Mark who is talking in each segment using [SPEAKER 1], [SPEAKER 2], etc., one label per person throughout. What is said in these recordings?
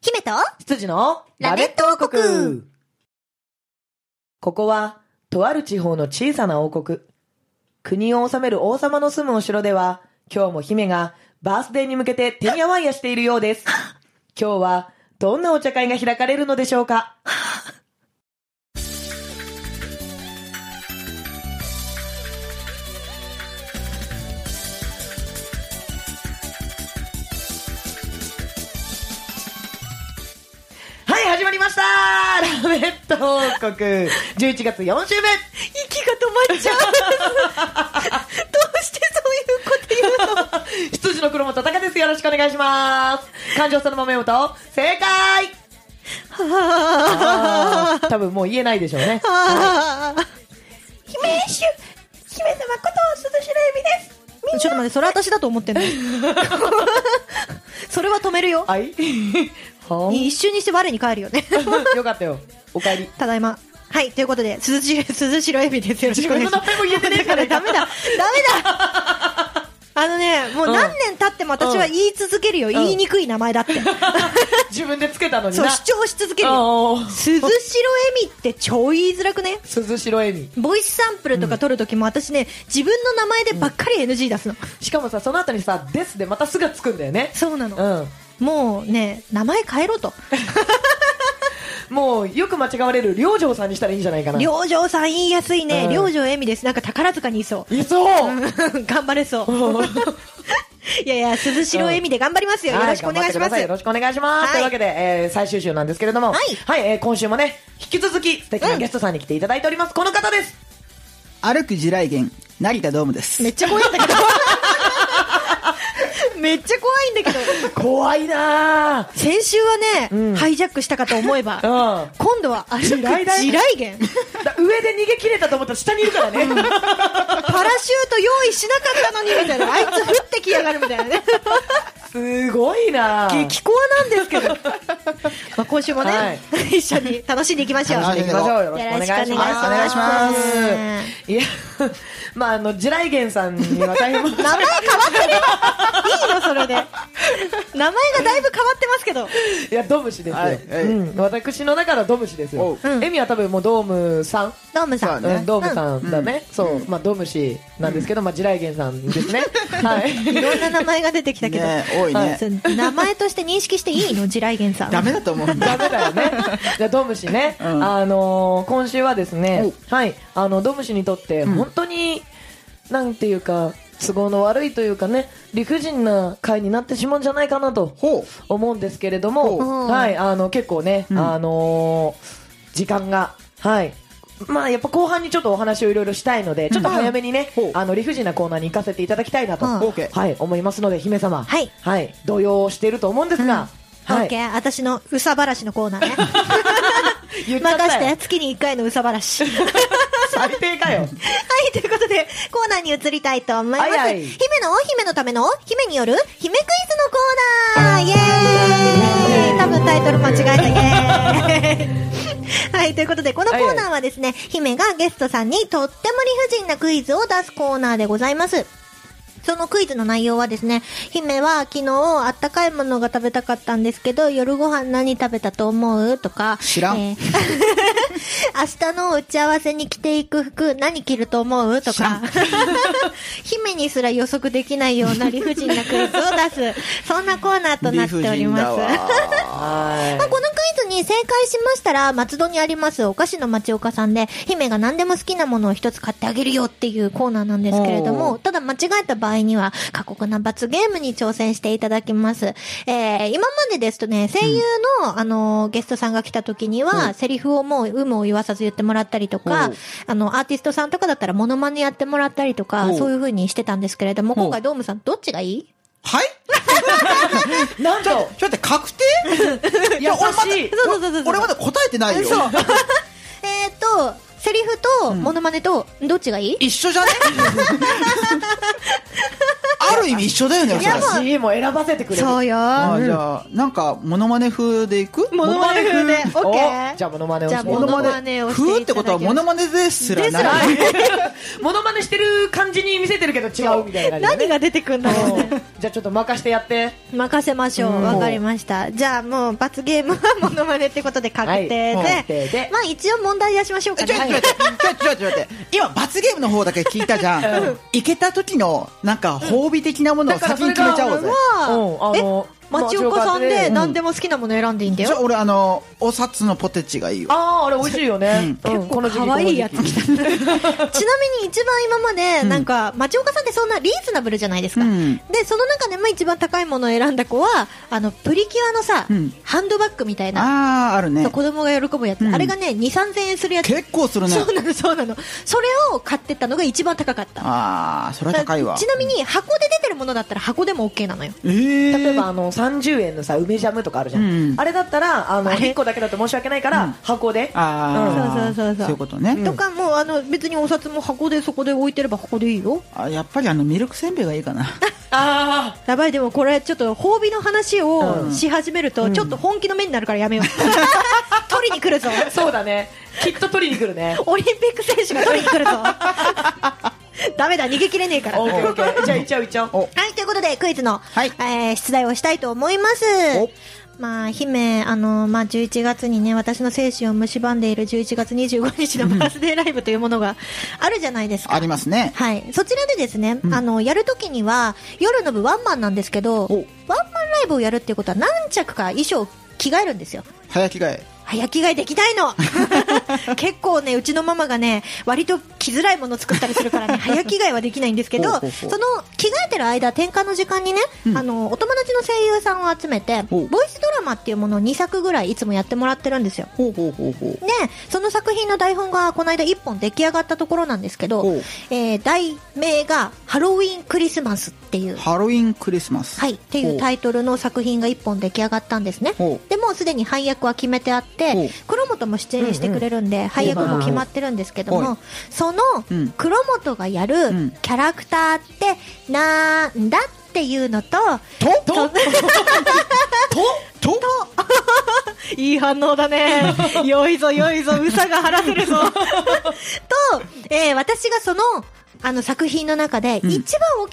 [SPEAKER 1] 姫と
[SPEAKER 2] 羊のラベット王国ここは、とある地方の小さな王国。国を治める王様の住むお城では、今日も姫がバースデーに向けててんやわんやしているよう です。今日は、どんなお茶会が開かれるのでしょうかはい、始まりましたラベット王国 !11 月4週目
[SPEAKER 1] 息が止まっちゃうどうしてそういうこと言うの
[SPEAKER 2] 羊の黒本隆です。よろしくお願いします。感情そのまま読むと、正解あー多分もう言えないでしょうね。
[SPEAKER 1] 姫主姫様こと鈴代恵美ですちょっと待ってそれ私だと思ってんの それは止めるよ
[SPEAKER 2] はいは
[SPEAKER 1] 一瞬にして我に返るよね
[SPEAKER 2] ん。よかったよ。お帰り。
[SPEAKER 1] ただいまはいということで鈴代鈴代恵美ですよろしく
[SPEAKER 2] 自
[SPEAKER 1] お願いし
[SPEAKER 2] 分の
[SPEAKER 1] ま
[SPEAKER 2] 名
[SPEAKER 1] す
[SPEAKER 2] 前も言えてねえ
[SPEAKER 1] だ
[SPEAKER 2] じ
[SPEAKER 1] から
[SPEAKER 2] ゃねえか
[SPEAKER 1] ダメだ、ダメだ。あのね、もう何年経っても私は言い続けるよ。
[SPEAKER 2] ん
[SPEAKER 1] 言いにくい名前だって。
[SPEAKER 2] 自分でつけたのに
[SPEAKER 1] そう、
[SPEAKER 2] な。
[SPEAKER 1] 主張し続けるよ。
[SPEAKER 2] おー
[SPEAKER 1] 鈴代恵美って超言いづらくね
[SPEAKER 2] 鈴代恵美。
[SPEAKER 1] ボイスサンプルとか撮るときも私ね、自分の名前でばっかり NG 出すの。
[SPEAKER 2] しかもさ、その後にさ、ですでまたすがつくんだよね。
[SPEAKER 1] そうなの。
[SPEAKER 2] うん。
[SPEAKER 1] もうね、名前変えろと。
[SPEAKER 2] もう、よく間違われる、領城さんにしたらいいんじゃないかな。
[SPEAKER 1] 領城さん言いやすいね。
[SPEAKER 2] うん
[SPEAKER 1] 領城恵美です。なんか宝塚にいそう。
[SPEAKER 2] いそう
[SPEAKER 1] 頑張れそう。 いやいや、鈴代恵美で頑張りますよ。よ
[SPEAKER 2] は
[SPEAKER 1] ろしくお願いし
[SPEAKER 2] 頑張
[SPEAKER 1] ま
[SPEAKER 2] ってくださ
[SPEAKER 1] す
[SPEAKER 2] よ。ろしくお願いします。
[SPEAKER 1] はい
[SPEAKER 2] というわけで、えー最終週なんですけれども、
[SPEAKER 1] はい
[SPEAKER 2] えー今週もね、引き続き、素敵なゲストさんに来ていただいております。この方です。
[SPEAKER 3] 歩く地雷原、成田ドームです。
[SPEAKER 1] めっちゃ怖いんだ けど。めっちゃ怖いんだけど。
[SPEAKER 2] 怖いなぁ。
[SPEAKER 1] 先週はね、
[SPEAKER 2] うん
[SPEAKER 1] ハイジャックしたかと思えば、
[SPEAKER 2] うん
[SPEAKER 1] 今度は歩く地
[SPEAKER 2] 雷
[SPEAKER 1] 雷
[SPEAKER 2] だ
[SPEAKER 1] 原
[SPEAKER 2] よだ上で逃げ切れたと思ったら下にいるからね。
[SPEAKER 1] パラシュート用意しなかったのにみたいなあいつ降ってきやがるみたいなね
[SPEAKER 2] すごいなぁ。
[SPEAKER 1] 激高なんですけど、 まあ、今週もね、
[SPEAKER 2] はい
[SPEAKER 1] 一緒に楽しんでいきましょう
[SPEAKER 3] 楽しん
[SPEAKER 2] 行きましょう。よろしくお願いしま
[SPEAKER 1] よろし
[SPEAKER 2] す。
[SPEAKER 1] くお願
[SPEAKER 3] いします
[SPEAKER 2] お願いしますいや、 まあ、あの、地雷原さんには 大
[SPEAKER 1] 名
[SPEAKER 2] 変
[SPEAKER 1] 前変わってるいいのそれで名前がだいぶ変わってますけど
[SPEAKER 2] いや、ドムシですよ。
[SPEAKER 3] はいはい
[SPEAKER 2] うん。私の中のドムシですよ。
[SPEAKER 1] ううん
[SPEAKER 2] エミは多分もうドームさん
[SPEAKER 1] ドーム
[SPEAKER 3] そ
[SPEAKER 1] さ、
[SPEAKER 3] うんね
[SPEAKER 2] うんドームさんだね。そう。まあ、ドムシなんですけど、まあ、地雷原さんです ね。はい。
[SPEAKER 1] いろんな名前が出てきたけど、
[SPEAKER 3] ね多いね
[SPEAKER 1] あそう名前として認識していいの地雷原さん
[SPEAKER 3] ダメだと思うんだ。
[SPEAKER 2] ダメだよね。じゃあ、ドムシね。
[SPEAKER 3] うん
[SPEAKER 2] あのー、今週はですね、はい。あの、ドムシにとって、本当に、なんていうか、都合の悪いというかね、理不尽な回になってしまうんじゃないかなと
[SPEAKER 3] ほう。
[SPEAKER 2] 思うんですけれど
[SPEAKER 3] ほ
[SPEAKER 2] も、
[SPEAKER 1] う
[SPEAKER 2] はい。あの、結構ね、
[SPEAKER 3] うん
[SPEAKER 2] あのー、時間が、はい。まあ、やっぱ後半にちょっとお話をいろいろしたいので、ちょっと早めにね
[SPEAKER 3] ほう、
[SPEAKER 2] あの、理不尽なコーナーに行かせていただきたいなと、
[SPEAKER 1] うん
[SPEAKER 3] オーケー
[SPEAKER 2] はい、思いますので、姫様、
[SPEAKER 1] はい
[SPEAKER 2] はい、動揺していると思うんですが、は
[SPEAKER 1] オッ
[SPEAKER 2] い
[SPEAKER 1] ケ、ー私のうさばらしのコーナーね
[SPEAKER 2] 言っちゃった
[SPEAKER 1] 任
[SPEAKER 2] よ
[SPEAKER 1] して月に1回のうさばらしは
[SPEAKER 2] 最低かよ。
[SPEAKER 1] いということでコーナーに移りたいと思います、
[SPEAKER 2] はいはい
[SPEAKER 1] 姫のお姫のための姫による姫クイズのコーナーイエーイ多分タイトル間違えたイエーイ はい、ということで、このコーナーはですね、姫がゲストさんにとっても理不尽なクイズを出すコーナーでございます。そのクイズの内容はですね、姫は昨日あったかいものが食べたかったんですけど、夜ご飯何食べたと思うとか、
[SPEAKER 3] 知らん
[SPEAKER 1] えー明日の打ち合わせに着ていく服何着ると思うと
[SPEAKER 3] 知ら
[SPEAKER 1] か
[SPEAKER 3] ん、
[SPEAKER 1] 姫にすら予測できないような理不尽なクイズを出す、そんなコーナーとなっ
[SPEAKER 3] 理
[SPEAKER 1] て
[SPEAKER 3] 不
[SPEAKER 1] おり
[SPEAKER 3] 尽だ
[SPEAKER 1] ます。
[SPEAKER 3] わ。
[SPEAKER 2] は
[SPEAKER 1] まあ、このクイズに正解しましたら、松戸にありますお菓子の町岡さんで、姫が何でも好きなものを一つ買ってあげるよっていうコーナーなんですけれど
[SPEAKER 2] お
[SPEAKER 1] も、ただ間違えた場合には、過酷な罰ゲームに挑戦していただきます。えー、今までですとね、声優の、あのー、ゲストさんが来た時には、セリフをもう、有無を言わさず言ってもらったりと
[SPEAKER 2] お
[SPEAKER 1] か
[SPEAKER 2] う、
[SPEAKER 1] あの、アーティストさんとかだったら、モノマネやってもらったりとか
[SPEAKER 3] お、う
[SPEAKER 1] そういう風にしてたんですけれども、
[SPEAKER 3] おう
[SPEAKER 1] 今回ドームさん、どっちがいい
[SPEAKER 3] はい
[SPEAKER 2] い。なんと、
[SPEAKER 3] ちょっと待って確定
[SPEAKER 2] 優しい。
[SPEAKER 1] そうそうそうそう。
[SPEAKER 3] 俺まだ答えてないよ。
[SPEAKER 1] そう。えーっと、セリフ と、モノマネと、どっちがいい
[SPEAKER 3] 一緒じゃねあるる意味一緒だよね、
[SPEAKER 1] いや
[SPEAKER 3] それ
[SPEAKER 1] もう
[SPEAKER 2] C も選ばせてくれる。
[SPEAKER 1] そうよ。
[SPEAKER 3] あーじゃあ、なんか、モノマネ風でいく
[SPEAKER 1] モノマネ風で、オッケー。
[SPEAKER 2] おじゃあモノマネを
[SPEAKER 1] じゃあ
[SPEAKER 2] して。モ
[SPEAKER 1] モ
[SPEAKER 2] ノ
[SPEAKER 1] ノ
[SPEAKER 2] マ
[SPEAKER 1] マ
[SPEAKER 2] ネ
[SPEAKER 1] ネ。をしていただきましょう
[SPEAKER 3] 風ってことは、モノマネですらない。
[SPEAKER 2] モノマネしてる感じに見せてるけど違うみたいな感じ
[SPEAKER 1] 何
[SPEAKER 2] でね。
[SPEAKER 1] が出てくんだろうね。
[SPEAKER 2] うんじゃあちょっと任してやって。
[SPEAKER 1] 任せましょう。わかりました。じゃあもう罰ゲームはモノマネってことで確定で。
[SPEAKER 2] はい確定で
[SPEAKER 1] まあ一応問題出しましょうか
[SPEAKER 3] えち
[SPEAKER 1] ね。
[SPEAKER 3] ょ、ちょ、ちょ、ちょ、ちょ、ちょ、ちょ、今、罰ゲームの方だけ聞いたじゃん。行けた時の、なんか、褒美的なものを先に決めちゃおうぜ。
[SPEAKER 1] は、
[SPEAKER 2] うんあの
[SPEAKER 1] え、町岡さん
[SPEAKER 2] 町岡
[SPEAKER 1] で
[SPEAKER 2] で
[SPEAKER 1] 何でも好きなもの選んでいいんだ
[SPEAKER 3] じゃあ、
[SPEAKER 1] よ。
[SPEAKER 3] 俺、あの、お札のポテチがいいよ。
[SPEAKER 2] ああ、あれ美味しいよね。うんこの時期
[SPEAKER 1] 可愛いやつ
[SPEAKER 2] この時期
[SPEAKER 1] 来た。 ちなみに一番今まで、なんか、町岡さんってそんなリーズナブルじゃないですか。
[SPEAKER 3] うん
[SPEAKER 1] で、その中でも一番高いものを選んだ子は、あの、プリキュアのさ、
[SPEAKER 3] うん
[SPEAKER 1] ハンドバッグみたいな、
[SPEAKER 3] あー、あるね
[SPEAKER 1] そう。子供が喜ぶやつ。
[SPEAKER 3] うん
[SPEAKER 1] あれがね、2、3000円するやつ。
[SPEAKER 3] 結構するね。
[SPEAKER 1] そうなの、そうなの。それを買ってったのが一番高かった。
[SPEAKER 3] あー、それは高いわ。
[SPEAKER 1] ちなみに箱で出てるものだったら箱でも OK なのよ
[SPEAKER 3] えー
[SPEAKER 2] 例えばあの30円のさ梅ジャムとかあるじゃん、
[SPEAKER 3] うん
[SPEAKER 2] あれだったらあの
[SPEAKER 1] あれ
[SPEAKER 2] 1個だけだと申し訳ないか
[SPEAKER 3] うん
[SPEAKER 2] ら箱で、
[SPEAKER 3] あ
[SPEAKER 1] そ
[SPEAKER 3] ー
[SPEAKER 1] うそうそうそう
[SPEAKER 3] そういうことね。
[SPEAKER 1] とかもうあの別にお札も箱でそこで置いてれば箱でいいよ
[SPEAKER 3] あやっぱりあのミルクせんべいがいいかな。
[SPEAKER 2] ああ
[SPEAKER 1] やばいでもこれちょっと褒美の話
[SPEAKER 2] う
[SPEAKER 1] を
[SPEAKER 2] ん
[SPEAKER 1] し始めるとちょっと本気の目になるからやめよう取りに来るぞ
[SPEAKER 2] そうだねきっと取りに来るね
[SPEAKER 1] オリンピック選手が取りに来るぞダメだ逃げ切れねえから
[SPEAKER 2] オッケーオッ
[SPEAKER 1] は
[SPEAKER 2] ケーじゃあいっちゃおういっちゃおう
[SPEAKER 3] お
[SPEAKER 1] いということでクイズの、
[SPEAKER 3] はい
[SPEAKER 1] えー出題をしたいと思います
[SPEAKER 3] お
[SPEAKER 1] まあ、姫、あの、まあ、11月にね、私の精神を蝕んでいる11月25日のバースデーライブというものがあるじゃないですか。
[SPEAKER 3] ありますね。
[SPEAKER 1] はい。そちらでですね、あの、やるときには、夜の部ワンマンなんですけど、ワンマンライブをやるっていうことは何着か衣装を着替えるんですよ。
[SPEAKER 3] 早着替え。
[SPEAKER 1] 早着替えできない の結構ね、うちのママがね、割と着づらいもの作ったりするから ね、早着替えはできないんですけど、
[SPEAKER 3] ほう
[SPEAKER 1] その
[SPEAKER 3] ほうほう
[SPEAKER 1] 着替えてる間、転換の時間にね、あの、お友達の声優さんを集めて、ボ
[SPEAKER 3] ほ
[SPEAKER 1] イ
[SPEAKER 3] う
[SPEAKER 1] スドラマっていうものを2作ぐらいいつもやってもらってるんですよ。
[SPEAKER 3] ほうほうほうほう。
[SPEAKER 1] で、その作品の台本がこの間1本出来上がったところなんですけど
[SPEAKER 3] ほう、
[SPEAKER 1] えー題名がハロウィンクリスマスっていう。
[SPEAKER 3] ハロウィンクリスマス。
[SPEAKER 1] はい、っていうタイトルの作品が1本出来上がったんですね
[SPEAKER 3] ほ
[SPEAKER 1] でもうすでに配役は決めてあっ
[SPEAKER 3] ほ
[SPEAKER 1] て
[SPEAKER 3] う
[SPEAKER 1] 黒本も出演してくれるんで、配役も決まってるんですけど
[SPEAKER 3] ほ
[SPEAKER 1] も
[SPEAKER 3] う
[SPEAKER 1] その
[SPEAKER 3] うん
[SPEAKER 1] 黒本がやる
[SPEAKER 3] ん
[SPEAKER 1] キャラクターってなんだっていうのと
[SPEAKER 3] とととと
[SPEAKER 1] いい反応だねよいぞよいぞうさが晴らせるぞと、えー私がそのあの作品の中で一番お気に入りの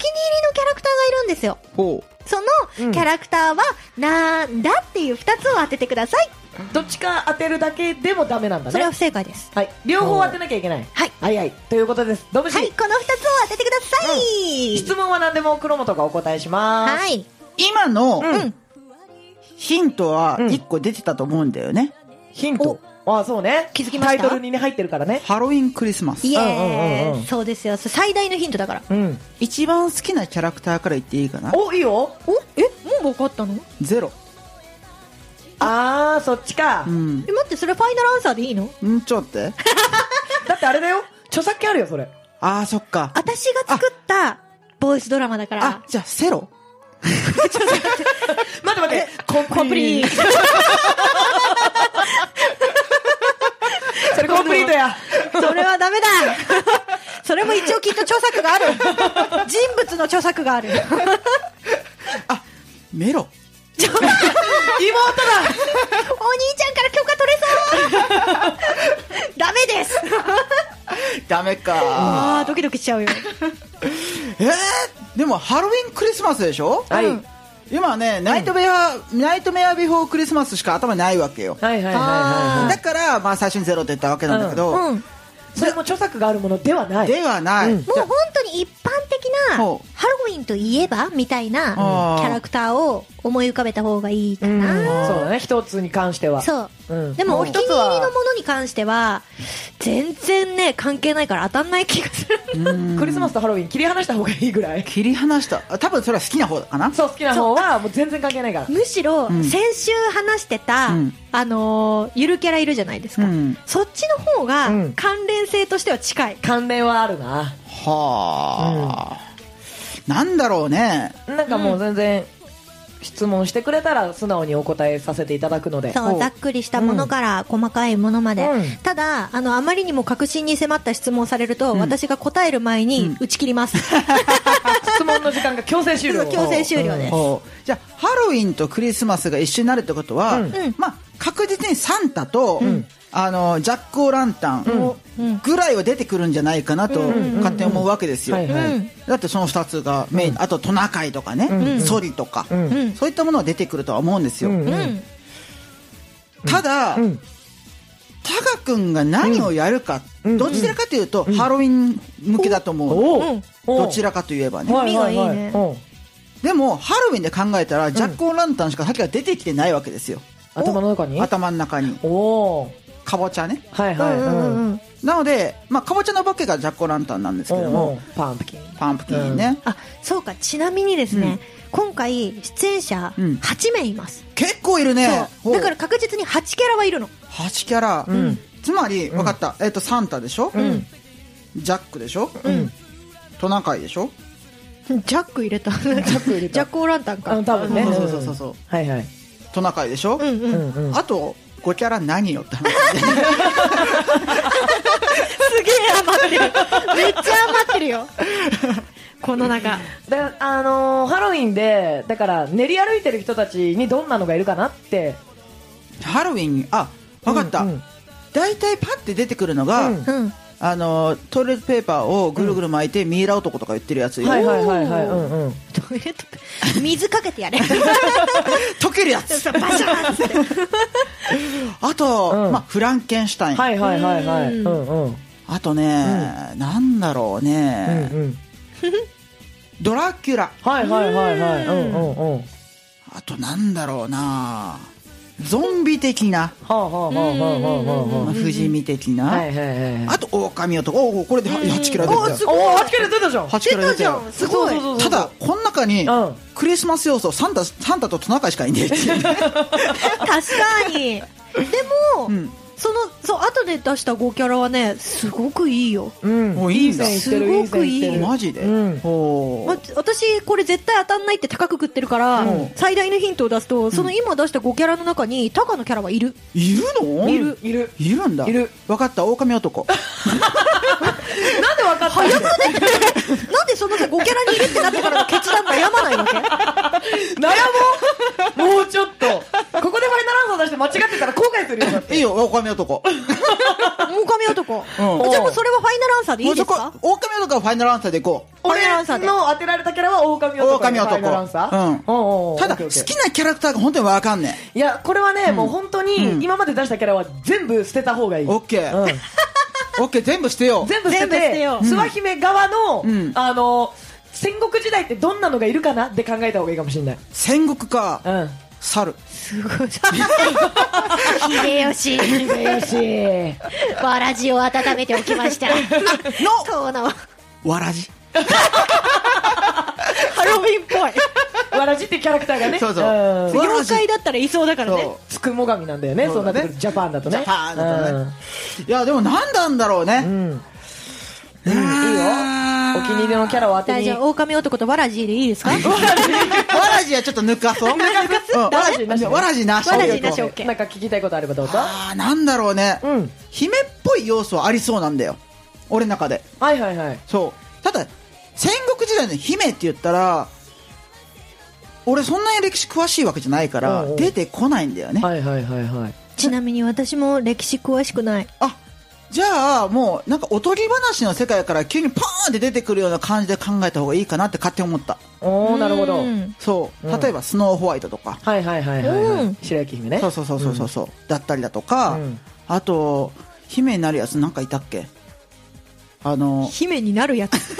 [SPEAKER 1] キャラクターがいるんですよ、
[SPEAKER 3] ほう。
[SPEAKER 1] そ
[SPEAKER 2] うん
[SPEAKER 1] のキャラクターはなんだっていう2つを当ててください、
[SPEAKER 2] どっちか当てるだけでもダメなんだ
[SPEAKER 1] それは
[SPEAKER 2] ね
[SPEAKER 1] 不正解です
[SPEAKER 2] はい両方当てなきゃいけない
[SPEAKER 1] はい
[SPEAKER 2] はいはいということですどぶし、
[SPEAKER 1] はいこの2つを当ててください、
[SPEAKER 2] 質問は何でも黒本がお答えします、
[SPEAKER 1] はい
[SPEAKER 3] 今の
[SPEAKER 1] うん
[SPEAKER 3] ヒントは
[SPEAKER 2] うん
[SPEAKER 3] 一個出てたと思うんだよね。
[SPEAKER 2] ヒントああそうね
[SPEAKER 1] 気づきました
[SPEAKER 2] タイトルに、ね、入ってるからね
[SPEAKER 3] ハロウィンクリスマス。
[SPEAKER 1] い
[SPEAKER 2] うん
[SPEAKER 1] え
[SPEAKER 2] うんうんうん
[SPEAKER 1] そうですよそれ最大のヒントだから
[SPEAKER 2] うん
[SPEAKER 3] 一番好きなキャラクターから言っていいかな
[SPEAKER 2] おいいよ
[SPEAKER 1] おえもう分かったの
[SPEAKER 3] ゼロ。
[SPEAKER 2] ああそっちか、
[SPEAKER 3] うん。
[SPEAKER 1] え待ってそれファイナルアンサーでいいの
[SPEAKER 3] んちょっと待って。
[SPEAKER 2] だってあれだよ著作権あるよそれ
[SPEAKER 3] あー、そっか。
[SPEAKER 1] 私が作ったボイスドラマだから
[SPEAKER 3] あ、じゃあ、セロ
[SPEAKER 2] 待って待ってコン
[SPEAKER 1] コンプリート
[SPEAKER 2] それコンプリートや
[SPEAKER 1] それはダメだそれも一応きっと著作がある人物の著作がある
[SPEAKER 3] メロ。
[SPEAKER 1] ちょっと
[SPEAKER 2] 妹だ
[SPEAKER 1] お兄ちゃんから許可取れそうダメです
[SPEAKER 3] ダメか
[SPEAKER 1] ああードキドキしちゃうよ
[SPEAKER 3] えー、でもハロウィンクリスマスでしょ
[SPEAKER 2] はい
[SPEAKER 1] うん
[SPEAKER 3] 今ねナイトメア、ナイトメアビフォークリスマスしか頭にないわけよ
[SPEAKER 2] はいはいはいはい
[SPEAKER 1] あ
[SPEAKER 2] は
[SPEAKER 3] だから、まあ、最初にゼロって言ったわけなんだけど、
[SPEAKER 1] うん
[SPEAKER 2] い。それも著作があるものではない。
[SPEAKER 3] ではない、
[SPEAKER 2] うん
[SPEAKER 1] もう本当に一般的な
[SPEAKER 3] ほう
[SPEAKER 1] ハロウィンといえばみたいな
[SPEAKER 3] あー
[SPEAKER 1] キャラクターを思い浮かべた方がいいか
[SPEAKER 2] うん、そう
[SPEAKER 1] な、
[SPEAKER 2] だね。一つに関しては。
[SPEAKER 1] そう、
[SPEAKER 2] うん
[SPEAKER 1] でも
[SPEAKER 2] も
[SPEAKER 1] お
[SPEAKER 2] う
[SPEAKER 1] 気
[SPEAKER 2] 一
[SPEAKER 1] に入
[SPEAKER 2] つ
[SPEAKER 1] り
[SPEAKER 2] は
[SPEAKER 1] のものに関しては全然ね関係ないから当たんない気がする
[SPEAKER 2] クリスマスとハロウィン切り離した方がいいぐらい。
[SPEAKER 3] 切り離したあ多分それは好きな方かな
[SPEAKER 2] そう、好きな方はもう全然関係ないから。
[SPEAKER 1] むしろ
[SPEAKER 3] ん
[SPEAKER 1] 先週話してた、
[SPEAKER 3] うん
[SPEAKER 1] あのーゆるキャラいるじゃないですか、
[SPEAKER 3] うん
[SPEAKER 1] そっちの方が
[SPEAKER 2] うん
[SPEAKER 1] 関連性としては近い、
[SPEAKER 2] 関連はあるな。
[SPEAKER 3] はあ、なんだろうね
[SPEAKER 2] なんかもう全然、質問してくれたら素直にお答えさせていただくので。
[SPEAKER 1] そうざっくりしたものから細かいものまで、
[SPEAKER 2] うん
[SPEAKER 1] ただあのあまりにも確信に迫った質問をされると、私が答える前に打ち切ります、
[SPEAKER 2] 質問の時間が強 制終了。
[SPEAKER 1] 強制終了です。
[SPEAKER 3] おじゃあハロウィンとクリスマスが一緒になるってことは、
[SPEAKER 2] うん
[SPEAKER 3] まあ、確実にサンタと、あのジャック・オー・ランタンぐらいは出てくるんじゃないかなと勝手に思うわけですよ、
[SPEAKER 2] はいは
[SPEAKER 1] う
[SPEAKER 2] い
[SPEAKER 1] ん
[SPEAKER 3] だってその2つがメイン、あとトナカイとかね、ソリとか、
[SPEAKER 1] ん
[SPEAKER 3] そういったものは出てくるとは思うんですよ、
[SPEAKER 2] うん
[SPEAKER 1] うん。
[SPEAKER 3] ただ、
[SPEAKER 2] うん
[SPEAKER 3] タカ君が何をやるか、
[SPEAKER 2] うん
[SPEAKER 3] どちらかというと、ハロウィン向けだと思
[SPEAKER 2] お
[SPEAKER 3] う、
[SPEAKER 1] うん
[SPEAKER 3] どち
[SPEAKER 2] ら
[SPEAKER 3] らかといえばね、
[SPEAKER 1] い意味がいいね
[SPEAKER 3] でもハロウィンで考えたらジャック・オー・ランタンしかさっきは出てきてないわけですよ
[SPEAKER 2] 頭の中に
[SPEAKER 3] 頭の中に
[SPEAKER 2] おおー
[SPEAKER 3] かぼちゃね
[SPEAKER 2] はい
[SPEAKER 1] うん
[SPEAKER 2] は
[SPEAKER 1] う
[SPEAKER 2] い。
[SPEAKER 1] んうんん。
[SPEAKER 3] なので、まあ、かぼちゃの化けがジャック・オー・ランタンなんですけど
[SPEAKER 2] お
[SPEAKER 3] も
[SPEAKER 2] ーパンプキン。
[SPEAKER 3] パンプキンね、
[SPEAKER 1] あ、そうか。ちなみにですね、今回出演者
[SPEAKER 3] うん
[SPEAKER 1] 8名います。
[SPEAKER 3] 結構いるね
[SPEAKER 1] そう。だから確実に8キャラはいるの。
[SPEAKER 3] 8キャラ、
[SPEAKER 2] ん
[SPEAKER 3] つまり分かった、えっとサンタでしょ、
[SPEAKER 2] ん
[SPEAKER 3] ジャックでしょ、
[SPEAKER 2] ん
[SPEAKER 3] トナカイでしょ
[SPEAKER 1] ジャック入れ た。ジャ
[SPEAKER 2] ャック入れた
[SPEAKER 1] ックオーランタン
[SPEAKER 2] あ
[SPEAKER 1] か。
[SPEAKER 2] の、多分ね。
[SPEAKER 3] そうそうそうそう
[SPEAKER 2] うんはいはい。
[SPEAKER 3] トナカイでし
[SPEAKER 1] う
[SPEAKER 3] ょ、
[SPEAKER 1] んう。
[SPEAKER 2] うんんうん。
[SPEAKER 3] あと5キャラ何よって話
[SPEAKER 1] すげえ余ってる。 めっちゃ余ってるよ。 この中。
[SPEAKER 2] だあのーハロウィンで、だから練り歩いてる人たちにどんなのがいるかなって。
[SPEAKER 3] ハロウィンにあ分かった、
[SPEAKER 2] うんうん
[SPEAKER 3] 大体パッて出てくるのが、
[SPEAKER 2] うん
[SPEAKER 1] うん。
[SPEAKER 3] あのトイレットペーパーをぐるぐる巻いてミイラ男とか言ってるやつ、よ
[SPEAKER 2] はいはいはいはい。
[SPEAKER 1] お
[SPEAKER 2] う
[SPEAKER 1] ー
[SPEAKER 2] んうん。
[SPEAKER 1] トイレットペーパー水かけてや れ。
[SPEAKER 3] 溶けるやつ
[SPEAKER 1] そうバシャーンって。
[SPEAKER 3] あと、
[SPEAKER 2] うん
[SPEAKER 3] まあ、フランケンシュタイン、
[SPEAKER 2] はいはいはいはい。
[SPEAKER 1] う
[SPEAKER 2] うんんうん。
[SPEAKER 3] あとね、なんだろう
[SPEAKER 2] う
[SPEAKER 3] ね、
[SPEAKER 2] んうん。
[SPEAKER 3] ドラキュラ
[SPEAKER 2] はいはいはいはい。
[SPEAKER 1] う
[SPEAKER 2] うんんうんうん。は
[SPEAKER 3] あとなんだろうなゾンビ的な、
[SPEAKER 2] あはあはあはあはあ
[SPEAKER 3] ま
[SPEAKER 2] は
[SPEAKER 3] あ、不死身的な、
[SPEAKER 2] あ。はいはいはいはい。
[SPEAKER 3] あと狼男おおこれで8キロ出
[SPEAKER 2] おー
[SPEAKER 3] て
[SPEAKER 2] す
[SPEAKER 3] る
[SPEAKER 2] ごい。おー、8キロ出たじゃん。
[SPEAKER 3] 8キロ
[SPEAKER 1] 出
[SPEAKER 3] 出
[SPEAKER 1] た
[SPEAKER 3] て
[SPEAKER 1] じ
[SPEAKER 3] る
[SPEAKER 1] ゃん。すごい。
[SPEAKER 2] そうそうそう
[SPEAKER 3] ただこの中に
[SPEAKER 2] うん
[SPEAKER 3] クリスマス要素サンタサンタとトナカイしかいねえっていうね
[SPEAKER 1] 確か に。でも、
[SPEAKER 3] うん
[SPEAKER 1] その、そう、後で出した5キャラはね、すごくいいよ。
[SPEAKER 2] うん。
[SPEAKER 3] もういいんだ
[SPEAKER 2] 線ってる
[SPEAKER 1] すごくいい
[SPEAKER 2] 線ってる
[SPEAKER 3] マジで、
[SPEAKER 2] うん
[SPEAKER 3] ほ
[SPEAKER 1] ま
[SPEAKER 3] う
[SPEAKER 1] 私、これ絶対当たんないって高く食ってるから、
[SPEAKER 3] うん
[SPEAKER 1] 最大のヒントを出すと、その今出した5キャラの中に、タカのキャラはいる。
[SPEAKER 3] いるの
[SPEAKER 2] いるいる
[SPEAKER 3] いるんだ
[SPEAKER 2] いる
[SPEAKER 3] 分かった狼男
[SPEAKER 2] なんでわかった の
[SPEAKER 1] なんでそのさ5キャラにいるってなってからの決断悩まないわけ
[SPEAKER 2] 悩もうもうちょっとここでファイナルアンサー出して間違ってたら後悔するよだっ
[SPEAKER 3] いい
[SPEAKER 2] て
[SPEAKER 3] よ狼男
[SPEAKER 1] 狼男。
[SPEAKER 3] うん
[SPEAKER 1] じゃあもうそれはファイナルアンサーでいいです
[SPEAKER 3] もう
[SPEAKER 1] か
[SPEAKER 3] そこ狼男はファイナルアンサーでいこう
[SPEAKER 1] ファイナルアンサーで
[SPEAKER 2] 俺の当てられたキャラは狼男
[SPEAKER 3] 狼男
[SPEAKER 2] ファイナルアンサー
[SPEAKER 3] うん
[SPEAKER 2] おお
[SPEAKER 3] ただ
[SPEAKER 2] オッケー
[SPEAKER 3] 好
[SPEAKER 2] オッケー
[SPEAKER 3] きなキャラクターが本当に分かんね
[SPEAKER 2] いやこれはねもう本当
[SPEAKER 3] うん
[SPEAKER 2] に今まで出したキャラは全部捨てた方がいい
[SPEAKER 3] えオッケー
[SPEAKER 2] うん
[SPEAKER 3] オッケー全部してよ
[SPEAKER 2] 全部捨
[SPEAKER 1] 全
[SPEAKER 2] て
[SPEAKER 1] 部捨て
[SPEAKER 2] て
[SPEAKER 1] よう
[SPEAKER 2] 諏訪姫側の
[SPEAKER 3] うん
[SPEAKER 2] あの戦国時代ってどんなのがいるかなって考えた方がいいかもしれない
[SPEAKER 3] 戦国か
[SPEAKER 2] うん
[SPEAKER 3] 猿
[SPEAKER 1] すごい。秀吉、
[SPEAKER 2] よし
[SPEAKER 1] わらじを温めておきました。
[SPEAKER 3] の
[SPEAKER 1] そうなの。
[SPEAKER 3] わらじ
[SPEAKER 1] ハロウィンっぽい。
[SPEAKER 2] わらじってキャラクターがね
[SPEAKER 3] そうそうんわら
[SPEAKER 1] 妖
[SPEAKER 3] じ
[SPEAKER 1] 怪だったらいそうだからね
[SPEAKER 3] そ。
[SPEAKER 2] つくもがみなんだよね、
[SPEAKER 3] そ
[SPEAKER 2] そうう
[SPEAKER 3] だ
[SPEAKER 2] な
[SPEAKER 3] ね
[SPEAKER 2] ってくるジャパンだとね。
[SPEAKER 3] ジャパンだとねいやでも何なんだろう
[SPEAKER 2] う
[SPEAKER 3] ね
[SPEAKER 2] ん。うん、いいよ。お気に入りのキャラを当て
[SPEAKER 1] 大
[SPEAKER 2] に。
[SPEAKER 1] 丈夫、狼男とわらじでいいですか
[SPEAKER 3] わらじはちょっと抜かそう。うんわらじなし。わらじなし。
[SPEAKER 1] わらじなし OK
[SPEAKER 2] なんか聞きたいことあればどうぞ。
[SPEAKER 3] あーなんだろうね。
[SPEAKER 2] うん。
[SPEAKER 3] 姫っぽい要素はありそうなんだよ。俺の中で。
[SPEAKER 2] はいはいはい。
[SPEAKER 3] そう。ただ、戦国時代の姫って言ったら、俺そんなに歴史詳しいわけじゃないから
[SPEAKER 2] おうお、う
[SPEAKER 3] 出てこないんだよね。
[SPEAKER 2] はいはいはいはい。
[SPEAKER 1] ちなみに私も歴史詳しくない。
[SPEAKER 3] あ、じゃあもうなんかおとぎ話の世界から急にパーンって出てくるような感じで考えた方がいいかなって勝手に思った。
[SPEAKER 2] おー、なるほど。
[SPEAKER 1] う
[SPEAKER 2] はい
[SPEAKER 1] ん
[SPEAKER 3] そう。
[SPEAKER 2] うん
[SPEAKER 3] 例えばスノーホワイトとか。
[SPEAKER 2] はいはいはいは
[SPEAKER 1] うん
[SPEAKER 2] い。白雪姫ね。
[SPEAKER 3] そうそうそうそうそうそう、だったりだとか、
[SPEAKER 2] うん
[SPEAKER 3] あと姫になるやつなんかいたっけあの
[SPEAKER 1] 姫になるやつ。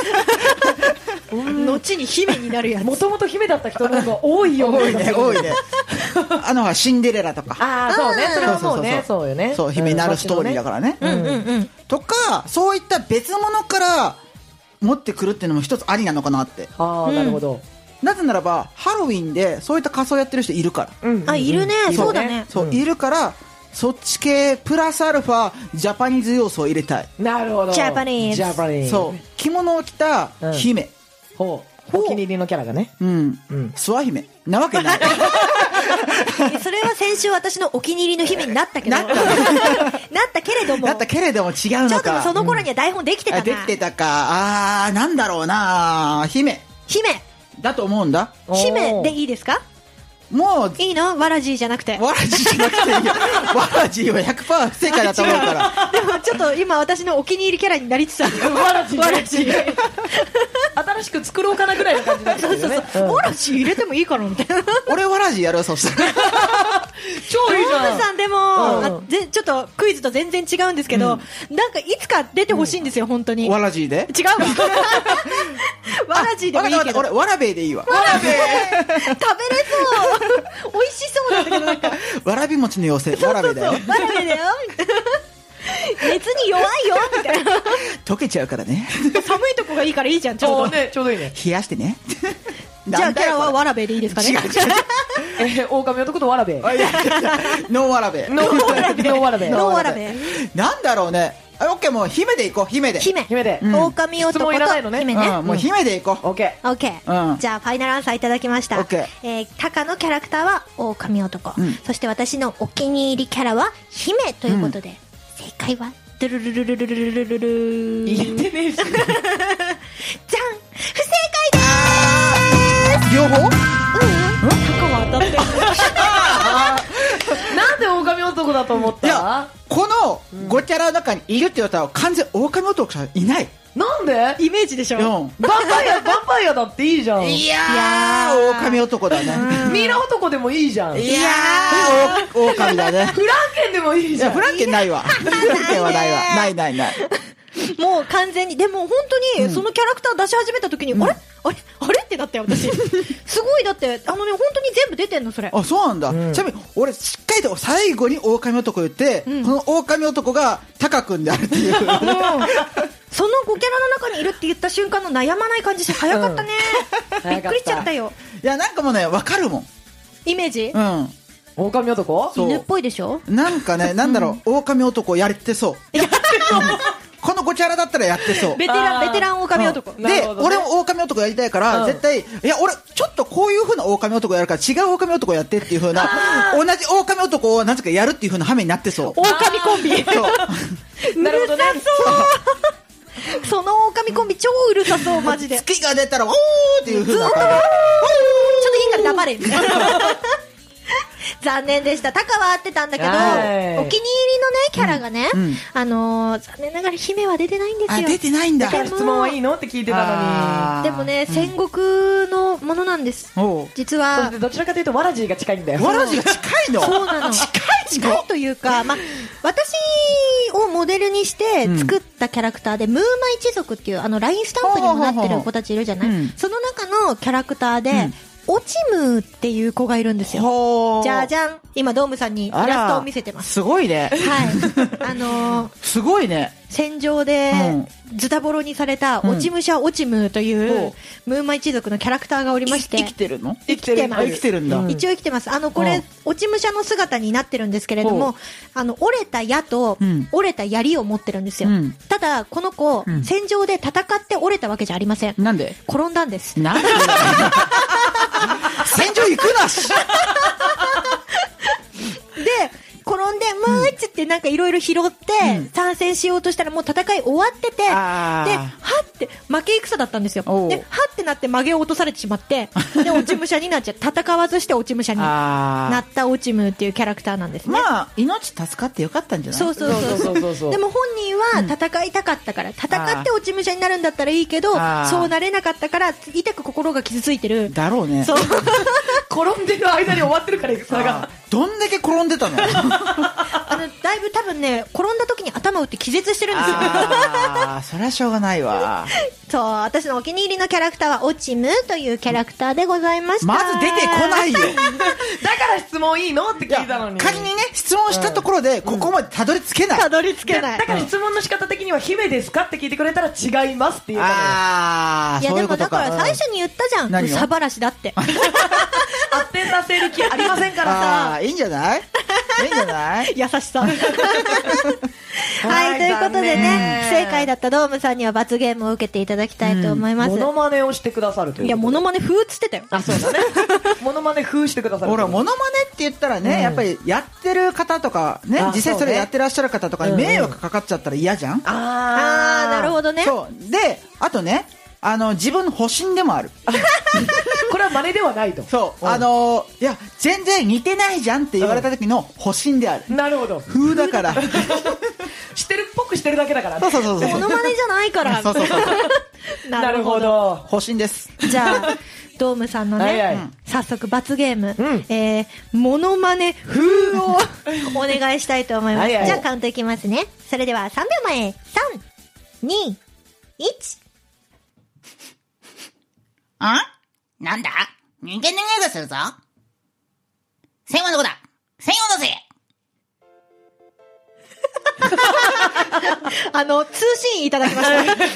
[SPEAKER 1] 後に姫になるやつ。
[SPEAKER 2] もともと姫だった人の方が多いよ。
[SPEAKER 3] 多いね多いね あのほらシンデレラとか
[SPEAKER 2] ああ、そうね。それはもうね。
[SPEAKER 3] そう
[SPEAKER 2] そうよね。
[SPEAKER 3] そう姫になるストーリーだ
[SPEAKER 2] か
[SPEAKER 3] からね、
[SPEAKER 1] うんうんうん。
[SPEAKER 3] とかそういった別物から持ってくるっていうのも一つありなのかなって
[SPEAKER 2] ら。ああ、なるほど。
[SPEAKER 3] なぜならばハロウィンでそういった仮装やってる人いるから
[SPEAKER 2] うんうん
[SPEAKER 1] あ、いるね。そうだね。
[SPEAKER 3] そう、
[SPEAKER 2] うん
[SPEAKER 3] いるからそっち系プラスアルファジャパニーズ要素を入れたい、
[SPEAKER 2] なるほど。
[SPEAKER 1] ジャパニーズ
[SPEAKER 2] ジャパニーズ。
[SPEAKER 3] そう着物を着た姫、
[SPEAKER 2] う。ほう。お気に入りのキャラがね。
[SPEAKER 3] うん
[SPEAKER 2] うん。
[SPEAKER 3] 諏訪姫なわ けない
[SPEAKER 1] えそれは先週私のお気に入りの姫になったけど。
[SPEAKER 3] な
[SPEAKER 1] な
[SPEAKER 3] っ
[SPEAKER 1] ったたけれども。
[SPEAKER 3] だったけれども違う
[SPEAKER 1] ちょ
[SPEAKER 3] の
[SPEAKER 1] っと
[SPEAKER 3] か
[SPEAKER 1] その頃には台本できてた
[SPEAKER 3] あ
[SPEAKER 1] な。
[SPEAKER 3] できてたかあーなんだろうな姫
[SPEAKER 1] 姫。
[SPEAKER 3] だと思うんだ。
[SPEAKER 1] 姫でいいですか
[SPEAKER 3] もう、
[SPEAKER 1] いいのわらじじゃなくて。
[SPEAKER 3] わらじじゃなくて いいよ。わらじは100%不正解だと思うから。
[SPEAKER 1] でもちょっと今私のお気に入りキャラになりつつある。
[SPEAKER 2] わらじ
[SPEAKER 1] わらじ。
[SPEAKER 2] 新しく作ろうかなぐらいの感じなんで す
[SPEAKER 1] そうそうそう。わらじ入れてもいいかなみたいな。
[SPEAKER 3] 俺わらじやるよ、そしたら。
[SPEAKER 2] 超いいじ
[SPEAKER 1] ノ
[SPEAKER 2] ゃ
[SPEAKER 1] ブ
[SPEAKER 2] ん
[SPEAKER 1] さんでも、
[SPEAKER 2] ん
[SPEAKER 1] あぜちょっとクイズと全然違うんですけど、なんかいつか出てほしいんですよ、本当に。違う
[SPEAKER 3] わ
[SPEAKER 1] わ。
[SPEAKER 3] らじで
[SPEAKER 1] わらじでもいい
[SPEAKER 3] わか
[SPEAKER 1] けど。
[SPEAKER 3] ったわかった俺、わらべでいいわ。わ
[SPEAKER 1] 食べれそう。美味しそうなんだけど、なんか。
[SPEAKER 3] らび餅の妖精、わらべだよ。
[SPEAKER 1] バラメだよ。みたいな熱に弱いよみたいな
[SPEAKER 3] 溶けちゃうからね。
[SPEAKER 1] 寒いとこがいいからいいじゃんち
[SPEAKER 2] ち
[SPEAKER 1] ょ
[SPEAKER 2] ょ
[SPEAKER 1] う
[SPEAKER 2] うど
[SPEAKER 1] ど
[SPEAKER 2] ねちょうどいいね
[SPEAKER 3] 冷やして ね。
[SPEAKER 1] じゃあキャラは
[SPEAKER 3] わ
[SPEAKER 1] わらべでいいですかね
[SPEAKER 3] 違う違う違う
[SPEAKER 2] えー狼男とわらべ
[SPEAKER 3] らべ。いやいやいや ノーわらべ。
[SPEAKER 2] ノーわらべノーわらべ
[SPEAKER 1] ノーわらべ
[SPEAKER 3] なんだろうね。あオッケー、もう姫でいこう、姫で。
[SPEAKER 1] 姫
[SPEAKER 2] 姫で
[SPEAKER 3] ん
[SPEAKER 1] 狼
[SPEAKER 2] 質
[SPEAKER 1] 男
[SPEAKER 2] 問いらない
[SPEAKER 1] と
[SPEAKER 2] のね
[SPEAKER 1] 姫ね
[SPEAKER 3] うん、もう姫でいこう。
[SPEAKER 2] オッケ
[SPEAKER 1] オッケー、
[SPEAKER 3] うん
[SPEAKER 1] じゃあファイナルアンサーいただきました
[SPEAKER 3] オッケー
[SPEAKER 1] えータカのキャラクターは狼男、
[SPEAKER 3] うん
[SPEAKER 1] そして私のお気に入りキャラは姫ということで、正解はドゥルルルルルルルルルル
[SPEAKER 2] ー
[SPEAKER 1] じゃん
[SPEAKER 2] 言ってねえし
[SPEAKER 1] 不正解で
[SPEAKER 3] 両方
[SPEAKER 1] すタカは当たってる
[SPEAKER 2] なんで狼男だと思っ
[SPEAKER 3] い
[SPEAKER 2] た、
[SPEAKER 3] やこの5キャラの中にいるって言ったら完全狼男さんいない。
[SPEAKER 2] なんでヴ
[SPEAKER 1] イメージでし
[SPEAKER 3] う
[SPEAKER 1] ょ
[SPEAKER 3] ん。
[SPEAKER 2] ァンパイアヴァンパイアだっていいじゃん
[SPEAKER 3] いや
[SPEAKER 1] い
[SPEAKER 3] ー、
[SPEAKER 1] やー
[SPEAKER 3] 狼男だね。
[SPEAKER 2] ミイラ男でもいいじゃんフラン
[SPEAKER 3] いやー、お狼だね。
[SPEAKER 2] ケンでもいい
[SPEAKER 3] い
[SPEAKER 2] じゃ
[SPEAKER 3] や、
[SPEAKER 2] ん
[SPEAKER 3] フランケンないわ。フランケンはないわ。ないないない。
[SPEAKER 1] もう完全にでも本当にそのキャラクター出し始めた時に、あれあれあれってなったよ私すごいだってあのね本当に全部出てんのそれ
[SPEAKER 3] あ、そうなんだ。ちなみに、俺、しっかりと最後に狼男言って、この狼男がタカ君であるって いう。
[SPEAKER 1] その5キャラの中にいるって言った瞬間の悩まない感じして早かったね、
[SPEAKER 2] うん
[SPEAKER 1] びっくりしちゃったよ
[SPEAKER 3] いや、なんかもうね、わかるもん。
[SPEAKER 1] イメージ、
[SPEAKER 3] うん。
[SPEAKER 2] 狼男
[SPEAKER 3] そう
[SPEAKER 1] 犬っぽいでしょ
[SPEAKER 3] なんかね、なんだろう、狼男やってそう。この5キャラだったらやってそう。
[SPEAKER 1] ベテラ
[SPEAKER 2] あ
[SPEAKER 1] ンベ
[SPEAKER 2] ー
[SPEAKER 1] テラン狼男
[SPEAKER 2] なる
[SPEAKER 3] で、
[SPEAKER 2] ほどね
[SPEAKER 3] 俺も狼男やりたいから、
[SPEAKER 2] うん
[SPEAKER 3] 絶対、いや、俺、ちょっとこういう風な狼男やるから、違う狼男やってっていう風な、同じ狼男をなぜかやるっていう風な羽目になってそう。
[SPEAKER 1] 狼コンビ
[SPEAKER 3] そう
[SPEAKER 1] う
[SPEAKER 2] な
[SPEAKER 1] る
[SPEAKER 2] る
[SPEAKER 1] さ
[SPEAKER 2] ほど ね
[SPEAKER 1] そうその狼コンビ超うるさそうマジでちょっ
[SPEAKER 3] 月が出たら、おーっていう風な感
[SPEAKER 1] といいから黙れみたいな 残念でしたタカは合ってたんだけどお
[SPEAKER 2] はい
[SPEAKER 1] 気に入りのねキャラがね、
[SPEAKER 3] うんうん
[SPEAKER 1] あのー残念ながら姫は出てないんです
[SPEAKER 3] じ。あ、
[SPEAKER 1] よ
[SPEAKER 3] 出てないんだ。
[SPEAKER 1] 出て
[SPEAKER 2] 質問はいいのって聞いてたのに
[SPEAKER 1] でもね、戦国のものなんです
[SPEAKER 3] おう
[SPEAKER 1] 実
[SPEAKER 2] そ
[SPEAKER 1] は
[SPEAKER 2] れでどちらかというとワラジーが近いんだよ
[SPEAKER 3] わらじが近いの
[SPEAKER 1] そうなの
[SPEAKER 3] 近い
[SPEAKER 1] 近い
[SPEAKER 3] の
[SPEAKER 1] というか、まあ、私をモデルにして作ったキャラクターで、ムーマ一族っていうあのラインスタンプにもなってる子たちいるじゃない、
[SPEAKER 3] ほうほうほううん
[SPEAKER 1] その中のキャラクターで、
[SPEAKER 3] ん
[SPEAKER 1] オチムーっていう子がいるんですよ
[SPEAKER 3] ほ
[SPEAKER 1] じゃあ
[SPEAKER 3] ゃ
[SPEAKER 1] じゃん今ドームさんにイ
[SPEAKER 3] あら
[SPEAKER 1] ラストを見せてます
[SPEAKER 3] すごいね。
[SPEAKER 1] はい あのー
[SPEAKER 3] すごいね。
[SPEAKER 1] 戦場でズタボロにされたオチムシャオチムーという、
[SPEAKER 3] ほ
[SPEAKER 1] ムーマ一族のキャラクターがおりまして
[SPEAKER 3] 生きてるの
[SPEAKER 1] 生きてます
[SPEAKER 3] あ生きてるんだ。
[SPEAKER 2] うん
[SPEAKER 1] 一応生きてます。あの、こ
[SPEAKER 3] う
[SPEAKER 1] れ
[SPEAKER 3] ん、
[SPEAKER 1] 落ち武者の姿になってるんですけれど
[SPEAKER 3] ほう
[SPEAKER 1] も、あの、折れた矢と
[SPEAKER 3] うん、
[SPEAKER 1] 折れた槍を持ってるんですよ
[SPEAKER 3] うん。
[SPEAKER 1] ただ、この子
[SPEAKER 3] ん、
[SPEAKER 1] 戦場で戦って折れたわけじゃありません。
[SPEAKER 3] なんで
[SPEAKER 1] 転んだんです。
[SPEAKER 3] なんで戦場行くなし
[SPEAKER 1] で、転んで、もうちってなんかいろいろ拾って、参戦しようとしたらもう戦い終わってて、で、
[SPEAKER 3] あー
[SPEAKER 1] はって、負け戦だったんですよ。
[SPEAKER 3] おう
[SPEAKER 1] で、はってなって曲げを落とされてしまって、で、落ち武者になっちゃう。戦わずして落ち武者にな
[SPEAKER 3] あー
[SPEAKER 1] った落ちムーっていうキャラクターなんですね。
[SPEAKER 3] まあ、命助かってよかったんじゃない
[SPEAKER 1] そうそうそう
[SPEAKER 2] そ
[SPEAKER 1] そうう
[SPEAKER 2] そうそうそう
[SPEAKER 1] でも本人は戦いたかったから、戦って落ち武者になるんだったらいいけど
[SPEAKER 3] あー
[SPEAKER 1] そうなれなかったから痛く心が傷ついてる
[SPEAKER 3] だろうね。
[SPEAKER 1] そう
[SPEAKER 2] 転んでる間に終わってる からそれ
[SPEAKER 3] あ
[SPEAKER 2] が
[SPEAKER 3] ーどんだけ転んでたの
[SPEAKER 1] あのだいぶ多分ね転んだ時に頭打って気絶してるんですよ
[SPEAKER 3] ああ、そりゃしょうがないわ。
[SPEAKER 1] そう私のお気に入りのキャラクターはオチムというキャラクターでございました
[SPEAKER 3] まず出てこないよ。
[SPEAKER 2] だから質問いいのって
[SPEAKER 3] い
[SPEAKER 2] 聞
[SPEAKER 3] や
[SPEAKER 2] いたのに
[SPEAKER 3] 仮にね、質問したところで、ここまでたどり着けない。
[SPEAKER 1] たどり着けない
[SPEAKER 2] だから質問の仕方的には姫ですかって聞いてくれたら違いますって言うから
[SPEAKER 3] ああ、
[SPEAKER 1] いや
[SPEAKER 3] そう
[SPEAKER 1] で
[SPEAKER 3] いう
[SPEAKER 1] も
[SPEAKER 3] こと
[SPEAKER 1] だから最
[SPEAKER 3] か。
[SPEAKER 1] 初に言ったじゃん
[SPEAKER 3] 何を
[SPEAKER 1] 憂さばらしだって
[SPEAKER 2] 当てさせる気ありませんから
[SPEAKER 3] あ
[SPEAKER 2] さ
[SPEAKER 3] あー、いいんじゃないいいんじゃない
[SPEAKER 1] 優しさはいということでね不
[SPEAKER 2] 残念
[SPEAKER 1] 正解だったドームさんには罰ゲームを受けていただきたいと思います、
[SPEAKER 2] モノマネをしてくださるという
[SPEAKER 1] いや、モノマネ風っつってたよ。
[SPEAKER 2] あそうだね モノマネ風してくださる
[SPEAKER 3] ほら、モノマネって言ったらね、やっぱりやってる方とか、ね
[SPEAKER 2] あ、
[SPEAKER 3] 実際そ
[SPEAKER 2] そう
[SPEAKER 3] れ
[SPEAKER 2] ね
[SPEAKER 3] やってらっしゃる方とかに迷惑かかっちゃったら嫌じゃん。
[SPEAKER 2] あ
[SPEAKER 1] あー、なるほどね。
[SPEAKER 3] そう。で、あとね、あの自分の保身でもある
[SPEAKER 2] これは真似ではないと。
[SPEAKER 3] そう、
[SPEAKER 2] ん
[SPEAKER 3] あのいや全然似てないじゃんって言われた時の保身である、
[SPEAKER 2] なるほど。
[SPEAKER 3] 風だから
[SPEAKER 2] 知ってるっぽくしてるだけだからね
[SPEAKER 3] そう そうそうそう
[SPEAKER 1] モノマネじゃないから。
[SPEAKER 3] そうそうそう
[SPEAKER 2] なるほ。ど。
[SPEAKER 3] 保身です
[SPEAKER 1] じゃあ、ドームさんのね、
[SPEAKER 2] はいはい
[SPEAKER 1] うん早速罰ゲーム、
[SPEAKER 2] うん
[SPEAKER 1] えー、モノマネ風をお願いしたいと思います。
[SPEAKER 2] はいはい
[SPEAKER 1] じゃあカウントいきますね。それでは3秒前、3、2、1。
[SPEAKER 4] あなんだ人間の匂いがするぞ線はどこだ線を出せ
[SPEAKER 1] あの、通信いただきました。ありがとう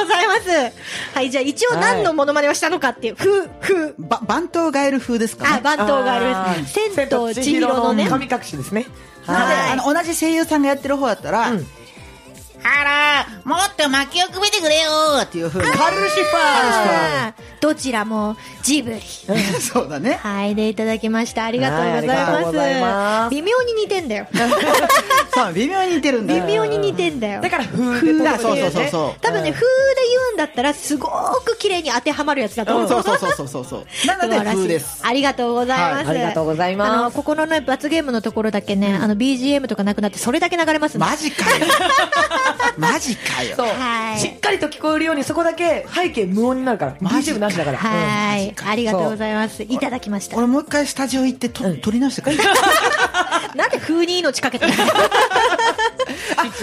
[SPEAKER 1] ございます。はい、じゃあ一応何のモノマネをしたのかっていう、風、風。
[SPEAKER 3] ば番頭ガエル風ですか
[SPEAKER 1] あ、
[SPEAKER 3] ね
[SPEAKER 1] 番頭がある。千と千尋のね。
[SPEAKER 2] 神隠しですね。
[SPEAKER 3] なので
[SPEAKER 1] はい
[SPEAKER 3] あの同じ声優さんがやってる方だったら、
[SPEAKER 2] うん
[SPEAKER 4] あらもっと薪をくべてくれよ
[SPEAKER 3] っていう風に
[SPEAKER 2] カルシファー
[SPEAKER 1] あーどちらもジブリ。
[SPEAKER 3] そうだね
[SPEAKER 1] はい、でいただきました。ありがとうございます。
[SPEAKER 2] はいありがとうございます
[SPEAKER 1] 微妙に似てんだよ。
[SPEAKER 3] そう微妙に似てるんだ
[SPEAKER 1] 微妙
[SPEAKER 3] よ
[SPEAKER 1] に似てんだよ。
[SPEAKER 2] だから、風
[SPEAKER 3] 風
[SPEAKER 2] で
[SPEAKER 3] だ
[SPEAKER 2] 飛
[SPEAKER 3] そうそう
[SPEAKER 2] ぶってい
[SPEAKER 3] そう
[SPEAKER 2] ね
[SPEAKER 3] そう
[SPEAKER 1] 多分ね、風で言うんだったら、すごく綺麗に当てはまるやつだと思う。
[SPEAKER 3] そうそうそうそうそうそうなの
[SPEAKER 1] 素
[SPEAKER 3] で
[SPEAKER 1] 晴らし
[SPEAKER 3] 風
[SPEAKER 1] い
[SPEAKER 3] です
[SPEAKER 1] ありがとうございます。
[SPEAKER 2] はいありがとうございます
[SPEAKER 1] あの、ここのね、罰ゲームのところだけね、あの、BGM とかなくなって、それだけ流れますんで
[SPEAKER 3] マ ジかよマジかよ
[SPEAKER 2] そう
[SPEAKER 1] はい
[SPEAKER 2] しっかりと聞こえるように、そこだけ背景無音になるから。
[SPEAKER 3] マジ
[SPEAKER 2] BGM なしだから。うん
[SPEAKER 1] はい。ありがとうございます。いただきました。
[SPEAKER 3] 俺もう一回スタジオ行ってと、撮り直してくる
[SPEAKER 1] なんで風に命かけてるの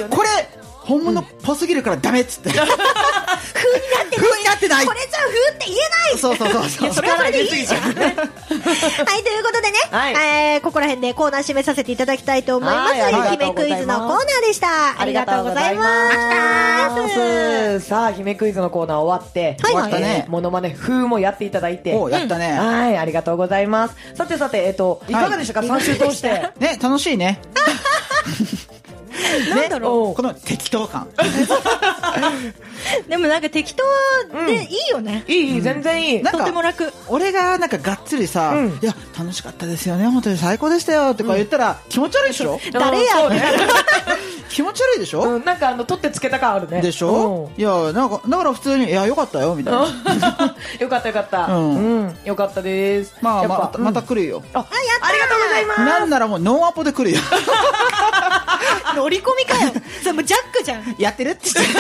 [SPEAKER 3] これ本物っぽすぎるからダメっつって風になって風になってない
[SPEAKER 1] これじゃ風って言えない
[SPEAKER 3] そうそうそうそう
[SPEAKER 1] それはそれでいいじゃん。 はい、ということでね、
[SPEAKER 2] はい
[SPEAKER 1] えーここら辺でコーナー締めさせていただきたいと思います。
[SPEAKER 2] はいありがとうご
[SPEAKER 1] 姫
[SPEAKER 2] ざいます
[SPEAKER 1] クイズのコーナーでした。ありがとうございます。
[SPEAKER 2] す。さあ、姫クイズのコーナー終わって、
[SPEAKER 1] はい
[SPEAKER 3] はい終わったね
[SPEAKER 2] モノマネ風もやっていただいて。
[SPEAKER 3] おうやったね、
[SPEAKER 2] はい、ありがとうございます。さてさて、えっと、いかがでしたか、三週通して。
[SPEAKER 3] ね楽しいね
[SPEAKER 1] なんだろ
[SPEAKER 3] この適当感
[SPEAKER 1] う。でもなんか適当でいいよね。
[SPEAKER 2] いいいい、全然いい。
[SPEAKER 3] なんか
[SPEAKER 1] とても楽。
[SPEAKER 3] 俺がなんかがっつりさ、
[SPEAKER 2] うん
[SPEAKER 3] いや楽しかったですよね本当に最高でしたよとか言ったら気持ち悪いで しょ、
[SPEAKER 1] 誰や
[SPEAKER 2] そうね
[SPEAKER 3] 気持ち悪いでしょ、
[SPEAKER 2] うん、なんかあの、取ってつけた感あるね。
[SPEAKER 3] でしょ、いやなんかだから普通にいやよかったよみたいな、
[SPEAKER 2] うん よかったよかった。
[SPEAKER 3] う
[SPEAKER 2] うんん。よかったです。
[SPEAKER 3] まあ
[SPEAKER 2] やっぱ
[SPEAKER 3] またまた
[SPEAKER 2] うん
[SPEAKER 3] 来るよ、
[SPEAKER 2] あ、ありがとうございます。
[SPEAKER 3] なんならもうノンアポで来る よ
[SPEAKER 1] 乗り込みかよ。それもうジャックじゃん。
[SPEAKER 3] やってるって言って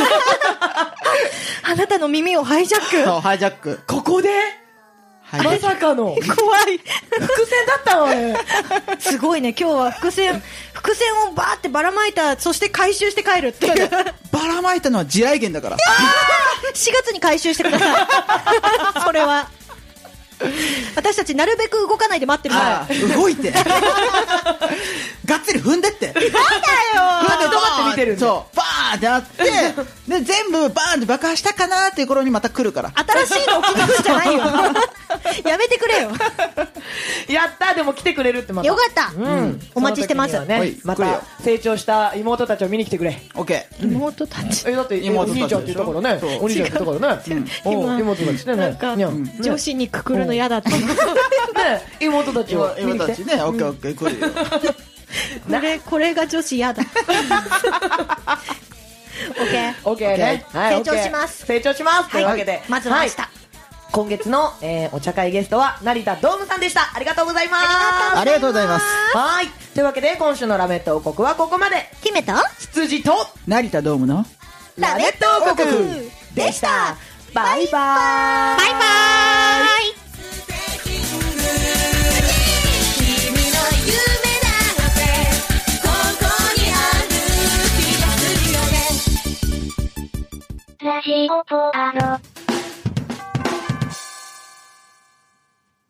[SPEAKER 1] あなたの耳をハイジャッ
[SPEAKER 3] そうハイジャック
[SPEAKER 2] ここで
[SPEAKER 3] ハイジ
[SPEAKER 2] ま
[SPEAKER 3] ャック
[SPEAKER 2] さかの
[SPEAKER 1] ク。怖い。
[SPEAKER 2] 伏線だったわね。
[SPEAKER 1] すごいね。今日は伏線、伏線をバーってばらまいた、そして回収して帰るっていう。4
[SPEAKER 3] ばらまいたのは地雷源だから
[SPEAKER 1] 月に回収してく ださい。それは。私たちなるべく動かないで待ってるから。
[SPEAKER 3] ああ動いて がっつり踏んでって
[SPEAKER 2] なんで黙って見てるんだよ
[SPEAKER 3] そうバーンってなって で全部バーンって爆破したかなっていう頃にまた来るから
[SPEAKER 1] 新しいのを聞くんじゃ ないよ。やめてくれよ。
[SPEAKER 2] やったでも来てくれるってまた。
[SPEAKER 1] よかった。
[SPEAKER 2] うん。
[SPEAKER 1] お待ちしてます
[SPEAKER 2] その時には
[SPEAKER 3] はい
[SPEAKER 2] ね、ま
[SPEAKER 3] 来る
[SPEAKER 2] た
[SPEAKER 3] よ
[SPEAKER 2] 成長した妹たちを見に来てくれ。
[SPEAKER 3] オッケー
[SPEAKER 1] 妹たち。
[SPEAKER 2] え、だって、お
[SPEAKER 3] 妹たちでし
[SPEAKER 2] 兄ちゃ
[SPEAKER 3] ょ
[SPEAKER 2] んって言ったから
[SPEAKER 3] そう
[SPEAKER 2] ね。お兄ちゃんって言ったからね。うんお
[SPEAKER 1] 今
[SPEAKER 2] 妹たちね。
[SPEAKER 1] なんか、
[SPEAKER 2] ね
[SPEAKER 1] 女子にくくるの嫌だって。
[SPEAKER 2] ね妹たちを見
[SPEAKER 3] 今
[SPEAKER 2] に来て
[SPEAKER 3] たち。ね、オッケーオッケー来るよ。
[SPEAKER 1] これ、これが女子嫌だ。オッケー。
[SPEAKER 2] オッケーね。
[SPEAKER 1] OK
[SPEAKER 2] はい
[SPEAKER 1] 成長します
[SPEAKER 2] オッケー成長します。というわけで。
[SPEAKER 1] まずは明日。
[SPEAKER 2] い今月の、えーお茶会ゲストは成田ドームさんでした。ありがとうございます。
[SPEAKER 3] ありがとうございます。
[SPEAKER 2] はい。というわけで、今週のラメット王国はここまで。
[SPEAKER 1] 姫と
[SPEAKER 2] 羊と
[SPEAKER 3] 成田ドームの
[SPEAKER 1] ラメット王国でした
[SPEAKER 2] バイバーイ
[SPEAKER 1] バイバーイ
[SPEAKER 5] ラジオポアロ。